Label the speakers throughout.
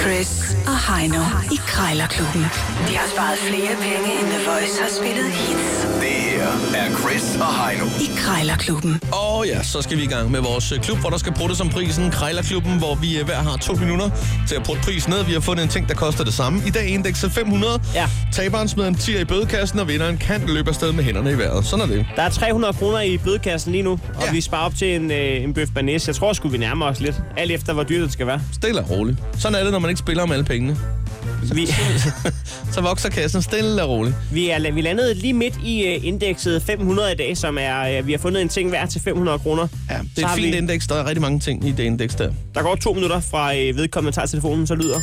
Speaker 1: Chris og Heino i Krejlerklubben. De har sparet flere penge, end The Voice har spillet hits
Speaker 2: Det her er Chris og Heino.
Speaker 1: i Krejlerklubben.
Speaker 3: Og ja, så skal vi i gang med vores øh, klub, hvor der skal puttes som prisen. Krejlerklubben, hvor vi øh, hver har to minutter til at putte prisen ned. Vi har fundet en ting, der koster det samme. I dag indekset 500.
Speaker 4: Ja.
Speaker 3: Taberen smider en 10 i bødekassen, og vinderen kan løbe afsted med hænderne i vejret. Sådan er det.
Speaker 4: Der er 300 kroner i bødekassen lige nu, og
Speaker 3: Ja.
Speaker 4: ja. vi sparer op til en, øh, en bøf banæs. Jeg tror sgu, vi nærmer os lidt. Alt efter, hvor dyrt det skal være.
Speaker 3: Stille og roligt. Sådan er det, når man ikke spiller om alle pengene.
Speaker 4: Vi,
Speaker 3: Så vokser kassen stille og roligt.
Speaker 4: vi, er, vi landede lige midt i øh, indekset 500 i dag, som er, øh, vi har fundet en ting hver til 500 kroner.
Speaker 3: Ja,
Speaker 4: Så
Speaker 3: det er et
Speaker 4: har
Speaker 3: fint
Speaker 4: vi-
Speaker 3: indeks. Der er rigtig mange ting i det indeks der.
Speaker 4: Der går to minutter fra øh, vedkommende tager telefonen, så lyder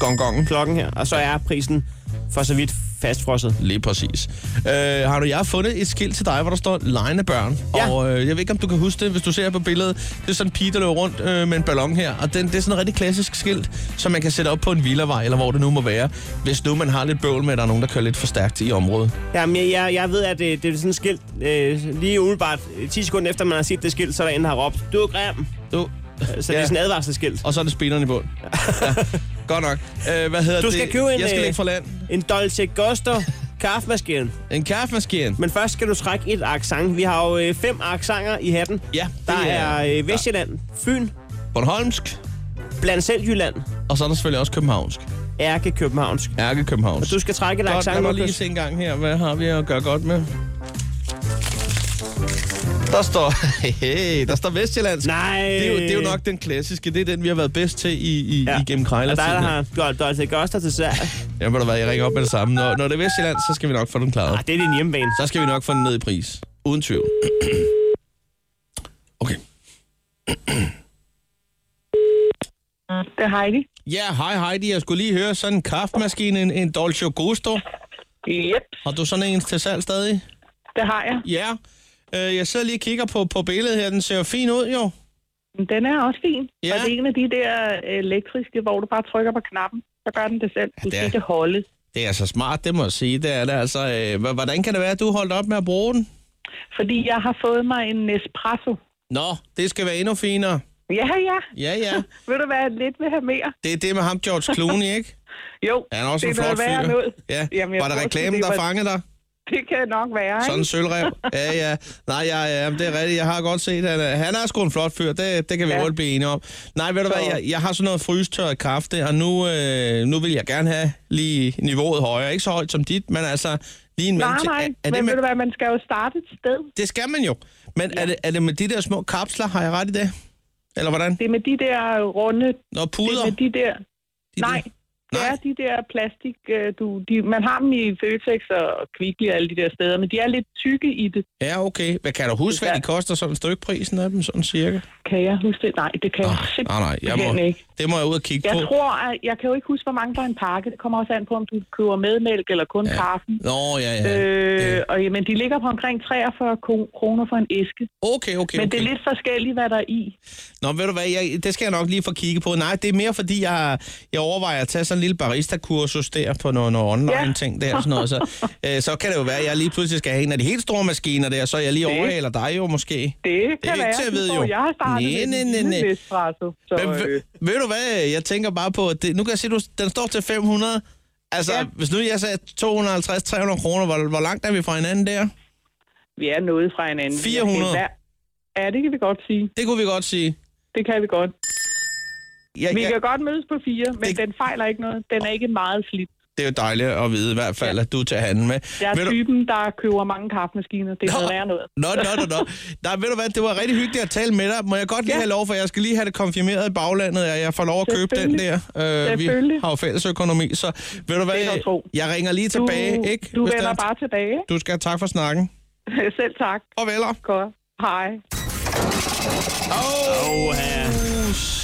Speaker 3: Gong gongen.
Speaker 4: klokken her, og så er prisen for så vidt fastfrosset.
Speaker 3: Lige præcis. Øh, har du jeg har fundet et skilt til dig, hvor der står legende børn.
Speaker 4: Ja.
Speaker 3: Og øh, jeg ved ikke, om du kan huske det, hvis du ser på billedet. Det er sådan en pige, der løber rundt øh, med en ballon her. Og den, det er sådan et rigtig klassisk skilt, som man kan sætte op på en villavej, eller hvor det nu må være. Hvis nu man har lidt bøvl med, at der er nogen, der kører lidt for stærkt i området.
Speaker 4: Jamen, jeg, jeg, jeg ved, at øh, det er sådan et skilt. Øh, lige umiddelbart øh, 10 sekunder efter, man har set det skilt, så er der en, der har råbt, du er grim.
Speaker 3: Du,
Speaker 4: Øh, Så
Speaker 3: Ja.
Speaker 4: det er sådan et advarselsskilt.
Speaker 3: og så er det speederen i bund. Ja. Godt nok. Øh, hvad hedder
Speaker 4: Du
Speaker 3: det?
Speaker 4: skal købe en,
Speaker 3: Jeg skal
Speaker 4: øh,
Speaker 3: lægge for land.
Speaker 4: En Dolce Gusto kaffemaskine.
Speaker 3: En kaffemaskine.
Speaker 4: Men først skal du trække et accent. Vi har jo øh, fem accenter i hatten.
Speaker 3: Ja,
Speaker 4: Der
Speaker 3: det
Speaker 4: er øh, Vestjylland, Fyn,
Speaker 3: Bornholmsk,
Speaker 4: blandt selv Jylland,
Speaker 3: og så er der selvfølgelig også københavnsk.
Speaker 4: Ærke Københavnsk.
Speaker 3: Ærke Københavns.
Speaker 4: Du skal trække et
Speaker 3: Godt, lad
Speaker 4: accent.
Speaker 3: mig lige se en gang her. Hvad har vi at gøre godt med? Der står, hey, der står Vestjyllands.
Speaker 4: Nej.
Speaker 3: Det er, jo, det er jo nok den klassiske. Det er den, vi har været bedst til i, i, ja. igennem krejler.
Speaker 4: Og der, er, der har Dol- Dolce Gusto til sær.
Speaker 3: Jeg må da være, jeg ringer op med det samme. Når, når det er Vestjylland, så skal vi nok få den klaret.
Speaker 4: Ah, det er din hjemmebane.
Speaker 3: Så skal vi nok få den ned i pris. Uden tvivl. Okay.
Speaker 5: Det er Heidi.
Speaker 3: Ja, hej Heidi. Jeg skulle lige høre sådan en kaffemaskine, en, en Dolce Gusto.
Speaker 5: Yep,
Speaker 3: Har du sådan en til salg stadig?
Speaker 5: det har jeg.
Speaker 3: Ja. Øh, jeg sidder lige og kigger på, på billedet her. Den ser jo fin ud, jo.
Speaker 5: Den er også fin.
Speaker 3: Ja.
Speaker 5: Ja. Og det er en af de der øh, elektriske, hvor du bare trykker på knappen. Så gør den det selv. Du
Speaker 3: det er-
Speaker 5: skal ikke holde.
Speaker 3: Det er altså smart, det må jeg sige. Det er det altså. Øh, h- hvordan kan det være, at du holdt op med at bruge den?
Speaker 5: Fordi jeg har fået mig en Nespresso.
Speaker 3: Nå, det skal være endnu finere.
Speaker 5: Ja, ja.
Speaker 3: Ja, ja.
Speaker 5: Vil du være lidt vil have mere?
Speaker 3: Det er det med ham, George Clooney, ikke?
Speaker 5: Jo,
Speaker 3: Er han også
Speaker 5: det
Speaker 3: en flot
Speaker 5: noget værre
Speaker 3: fyr?
Speaker 5: noget.
Speaker 3: Ja.
Speaker 5: Jamen, jeg
Speaker 3: var der
Speaker 5: tror,
Speaker 3: reklamen,
Speaker 5: det
Speaker 3: der
Speaker 5: var-
Speaker 3: fangede dig?
Speaker 5: Det kan nok være, ikke?
Speaker 3: Sådan en sølvrev. Ja, ja. Nej, ja, ja, men det er rigtigt. Jeg har godt set, at øh, han er sgu en flot fyr. Det, det kan vi ja.
Speaker 5: Ja.
Speaker 3: hurtigt blive enige om. Nej, ved du hvad,
Speaker 5: Så-
Speaker 3: jeg, jeg har sådan noget frystørret kaffe, og nu, øh, nu vil jeg gerne have lige niveauet højere. Ikke så højt som dit, men altså lige en
Speaker 5: Nej,
Speaker 3: mellemting.
Speaker 5: nej.
Speaker 3: Er, er det,
Speaker 5: Men ved du
Speaker 3: med,
Speaker 5: hvad, man skal jo starte et sted.
Speaker 3: det skal man jo. Men ja. er, det, er det med de der små kapsler, har jeg ret i det? Eller hvordan?
Speaker 5: Det er med de der runde...
Speaker 3: Nå,
Speaker 5: Det
Speaker 3: puder.
Speaker 5: er med de der...
Speaker 3: de
Speaker 5: Nej, det
Speaker 3: Nej.
Speaker 5: er de der plastik... øh, Du, de, man har dem i Føtex og Kvickly og alle de der steder, men de er lidt tykke i det.
Speaker 3: Ja, okay. Hvad kan du huske, hvad de koster sådan stykprisen af dem, sådan cirka?
Speaker 5: Kan jeg huske det? Nej, det kan jeg
Speaker 3: Nej, Ah, nej, nej. Jeg
Speaker 5: simpelthen
Speaker 3: må,
Speaker 5: ikke.
Speaker 3: det må jeg ud og kigge
Speaker 5: Jeg
Speaker 3: på.
Speaker 5: tror, at jeg kan jo ikke huske, hvor mange der er en pakke. Det kommer også an på, om du køber medmælk eller kun ja. kaffen.
Speaker 3: Nå, ja, ja.
Speaker 5: Øh,
Speaker 3: det-
Speaker 5: og jamen, de ligger på omkring 43 ko- kroner for en æske.
Speaker 3: Okay, okay, okay.
Speaker 5: Men det er lidt forskelligt, hvad der er i.
Speaker 3: Nå, ved du hvad, jeg, det skal jeg nok lige få kigget på. Nej, det er mere fordi, jeg, jeg overvejer at tage sådan en lille barista-kursus der på noget, noget online-ting der og sådan noget. Så, øh, så kan det jo være, at jeg lige pludselig skal have en af de helt store maskiner der, så jeg lige
Speaker 5: Det-
Speaker 3: overhaler dig jo måske.
Speaker 5: Det kan
Speaker 3: ikke
Speaker 5: være.
Speaker 3: til at vide,
Speaker 5: Du
Speaker 3: jo.
Speaker 5: tror, Jeg har startet
Speaker 3: Næ,
Speaker 5: med
Speaker 3: næ,
Speaker 5: en
Speaker 3: næ,
Speaker 5: lille
Speaker 3: næ.
Speaker 5: espresso, så,
Speaker 3: Men,
Speaker 5: øh,
Speaker 3: ved, ved du hvad, jeg tænker bare på, at det, nu kan jeg se, du, den står til 500. Altså, ja.
Speaker 5: Ja.
Speaker 3: hvis nu jeg sagde 250-300 kroner, hvor, hvor langt er vi fra hinanden der?
Speaker 5: vi er noget fra hinanden.
Speaker 3: 400.
Speaker 5: Jeg kan være- Ja, det kan vi godt sige.
Speaker 3: Det kunne vi godt sige.
Speaker 5: Det kan vi godt.
Speaker 3: Jeg,
Speaker 5: Vi
Speaker 3: jeg,
Speaker 5: kan godt mødes på fire, men
Speaker 3: Det-
Speaker 5: den fejler ikke noget. Den er ikke meget slidt.
Speaker 3: det er jo dejligt at vide i hvert fald, at du er til handel med.
Speaker 5: Jeg
Speaker 3: Ved
Speaker 5: er
Speaker 3: du-
Speaker 5: typen, der køber mange kaffemaskiner. Det er
Speaker 3: Nå.
Speaker 5: noget værre noget.
Speaker 3: Nå, nå, nå, nå. Nej, ved du hvad, det var rigtig hyggeligt at tale med dig. Må jeg godt lige
Speaker 5: Ja.
Speaker 3: have lov, for jeg skal lige have det konfirmeret i baglandet, og jeg får lov at købe den der.
Speaker 5: Selvfølgelig.
Speaker 3: Øh, vi
Speaker 5: Selvfølgelig.
Speaker 3: har jo fælles økonomi, så ved du hvad,
Speaker 5: Det er der tro.
Speaker 3: jeg ringer lige tilbage,
Speaker 5: du,
Speaker 3: ikke?
Speaker 5: Du
Speaker 3: Hvis
Speaker 5: vender
Speaker 3: der-
Speaker 5: bare tilbage.
Speaker 3: Du skal have tak for snakken.
Speaker 5: Selv tak.
Speaker 3: Og veller.
Speaker 5: Godt. Hej.
Speaker 4: Åh, ja.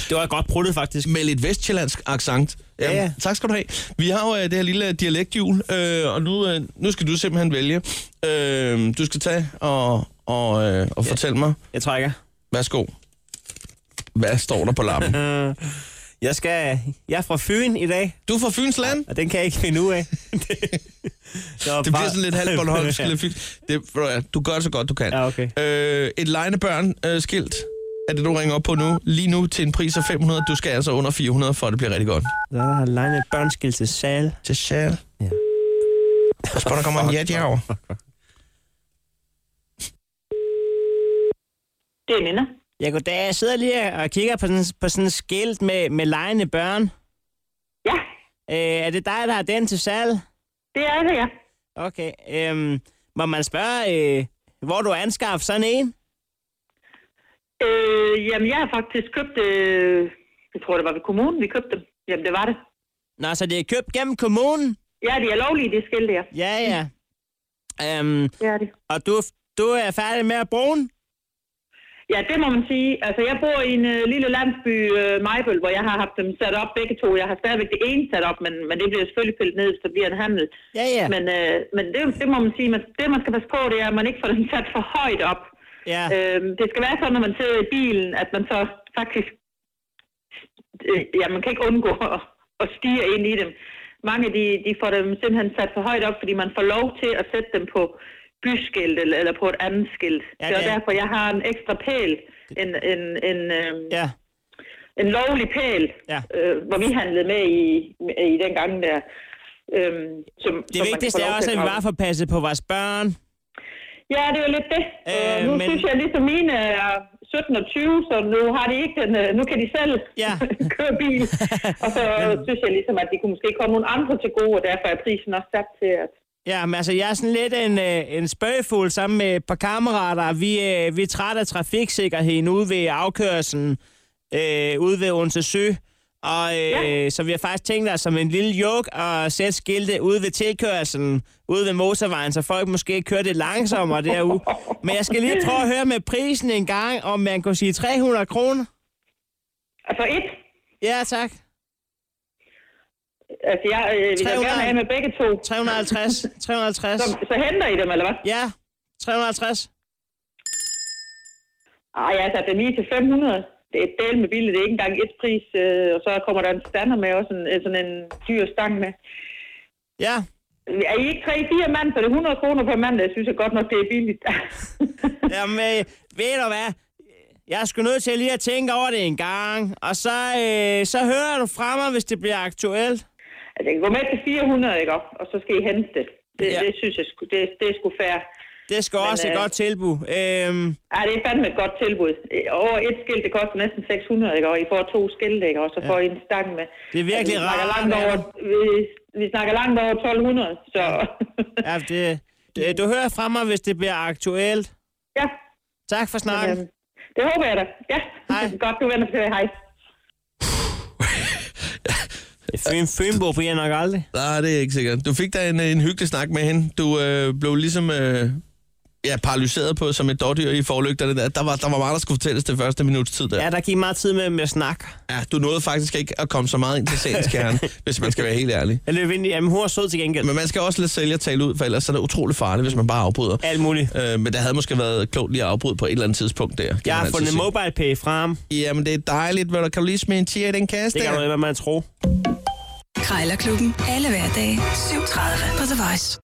Speaker 4: Det var godt pruttet, faktisk.
Speaker 3: Med lidt vestjyllandsk accent.
Speaker 4: Ja, ja.
Speaker 3: tak skal du have. Vi har jo øh, det her lille dialekthjul, øh, og nu, øh, nu skal du simpelthen vælge. Øh, du skal tage og, og, øh, og fortælle mig,
Speaker 4: Jeg trækker.
Speaker 3: værsgo, hvad står der på lappen?
Speaker 4: Øh, Jeg, skal, jeg er fra Fyn i dag,
Speaker 3: Du er fra Fyns land?
Speaker 4: og den kan jeg ikke finde ud af. det,
Speaker 3: Det bliver sådan lidt halvt Bornholmsk. lidt fyn. Det, ved du hvad, du gør det så godt, du kan.
Speaker 4: Ja, okay.
Speaker 3: Øh, et legnebørn-skilt er det, du ringer op på nu, lige nu til en pris af 500. Du skal altså under 400, for at det bliver rigtig godt.
Speaker 4: Der er Leine et børnskilt til sal.
Speaker 3: Til sjæl.
Speaker 4: Ja.
Speaker 3: Og spørger, der kommer en jat herovre.
Speaker 6: Det er Nina.
Speaker 4: Ja, goddag. Jeg sidder lige og kigger på sådan, på sådan et skilt med, med lejende børn.
Speaker 6: Ja,
Speaker 4: Øh, er det dig, der har den til salg?
Speaker 6: det er det, ja.
Speaker 4: Okay. Øhm, må man spørge, øh, hvor du anskaffer sådan en?
Speaker 6: Øh, jamen, jeg har faktisk købt, øh, jeg tror, det var ved kommunen, vi købte dem. Jamen, det var det.
Speaker 4: Nå, så det er købt gennem kommunen?
Speaker 6: Ja, de er lovlige, de skilte, ja.
Speaker 4: Ja, ja. Øhm,
Speaker 6: Det er de.
Speaker 4: og du, du er færdig med at bruge den?
Speaker 6: Ja, det må man sige. Altså, jeg bor i en øh, lille landsby, øh, Majbøl, hvor jeg har haft dem sat op begge to. Jeg har stadigvæk det ene sat op, men, men det bliver selvfølgelig pillet ned, hvis der bliver en handel.
Speaker 4: Ja, ja.
Speaker 6: Men, øh, men det, det må man sige, man, det man skal passe på, det er, at man ikke får den sat for højt op.
Speaker 4: ja.
Speaker 6: Øh, det skal være sådan, når man sidder i bilen, at man så faktisk... Øh, ja, man kan ikke undgå at, at stige ind i dem. Mange de, de får dem simpelthen sat for højt op, fordi man får lov til at sætte dem på byskilt eller, eller på et andet skilt.
Speaker 4: Ja,
Speaker 6: Ja, det er
Speaker 4: det er-
Speaker 6: derfor, jeg har en ekstra pæl, en, en, en, øh,
Speaker 4: ja.
Speaker 6: en lovlig pæl,
Speaker 4: Ja.
Speaker 6: øh, hvor vi handlede med i, i den gang der. Øhm, som,
Speaker 4: Det vigtigste er også, at vi bare får passet på vores børn.
Speaker 6: Ja, det er jo lidt det.
Speaker 4: Øh,
Speaker 6: Øh, nu
Speaker 4: men-
Speaker 6: men... synes jeg ligesom mine er 17 og 20, så nu har de ikke den, øh, nu kan de selv
Speaker 4: Ja.
Speaker 6: køre bil. Og så synes jeg ligesom, at de kunne måske komme nogle andre til gode, og derfor er prisen også sat til, at
Speaker 4: Ja, men altså, jeg er sådan lidt en, øh, en spøgefugl sammen med et par kammerater. Vi, øh, vi er trætte af trafiksikkerheden ude ved afkørselen, øh, ude ved Odense Sø. Og, øh, ja. Så vi har faktisk tænkt os som en lille joke at sætte skilte ude ved tilkørselen, ude ved motorvejen, så folk måske kører lidt langsommere derude. Men jeg skal lige prøve at høre med prisen en gang, om man kunne sige 300 kroner.
Speaker 6: altså et,
Speaker 4: Ja, tak.
Speaker 6: altså jeg øh, vil da
Speaker 4: 300.
Speaker 6: gerne have med begge to,
Speaker 4: 350. 350.
Speaker 6: så, så henter I dem, eller hvad?
Speaker 4: Ja, 350.
Speaker 6: Ej, jeg satte den lige til 500. Det er et del med billigt, det er ikke engang et pris, øh, og så kommer der en stander med, også en, øh, sådan en dyr stang med.
Speaker 4: Ja,
Speaker 6: Er I ikke 3-4 mand, så er det 100 kroner per mand, jeg synes jeg godt nok, det er billigt.
Speaker 4: Jamen, øh, ved du hvad? Jeg er sgu nødt til lige at tænke over det en gang. Og så, øh, så hører du fra mig, hvis det bliver aktuelt.
Speaker 6: Altså, jeg kan gå med til 400, ikke? op? Og så skal I hente det. Det,
Speaker 4: Ja.
Speaker 6: ja. det synes jeg, sgu- det, det er sgu fair.
Speaker 4: Det skal også et
Speaker 6: øh,
Speaker 4: godt tilbud. Øhm,
Speaker 6: Ej, det er fandme et godt tilbud. Øh, Over et skilt, det koster næsten 600, ikke? Og I får to skilte, ikke? Og så får I en stang med. Altså,
Speaker 4: Det er virkelig
Speaker 6: vi snakker
Speaker 4: rart,
Speaker 6: langt over, vi, vi snakker langt over 1200, så...
Speaker 4: ja, det, det, du hører fra mig, hvis det bliver aktuelt.
Speaker 6: ja.
Speaker 4: Tak for snakken.
Speaker 6: øhm, Det håber jeg da. Ja.
Speaker 4: Hej.
Speaker 6: Godt, du vender til. Hej.
Speaker 4: Fyn, Fynbo bliver jeg nok aldrig.
Speaker 3: Nej, det er ikke sikkert. Du fik da en, en hyggelig snak med hende. Du øh, blev ligesom øh, ja, paralyseret på som et dårdyr i forlygterne. Der, der, var, der var meget, der skulle fortælles det første minuts tid der.
Speaker 4: Ja, der gik meget tid med, med snak.
Speaker 3: Ja, du nåede faktisk ikke at komme så meget ind til sagens kerne, hvis man skal være helt ærlig.
Speaker 4: Jeg løb ind i, jamen hun er sød til gengæld.
Speaker 3: Men man skal også lade sælger tale ud, for ellers er det utrolig farligt, hvis man bare afbryder.
Speaker 4: Alt muligt.
Speaker 3: Øh, men der havde måske været klogt lige at afbryde på et eller andet tidspunkt der. kan
Speaker 4: Jeg har
Speaker 3: man
Speaker 4: fundet
Speaker 3: altid sige.
Speaker 4: mobile pay frem.
Speaker 3: Jamen, det er dejligt. Hvad der kan du lige smide en tier i den kasse
Speaker 4: Det kan
Speaker 3: der?
Speaker 4: du ikke, hvad man tror.
Speaker 1: Krejlerklubben. Alle hverdage. 7.30 på The Voice.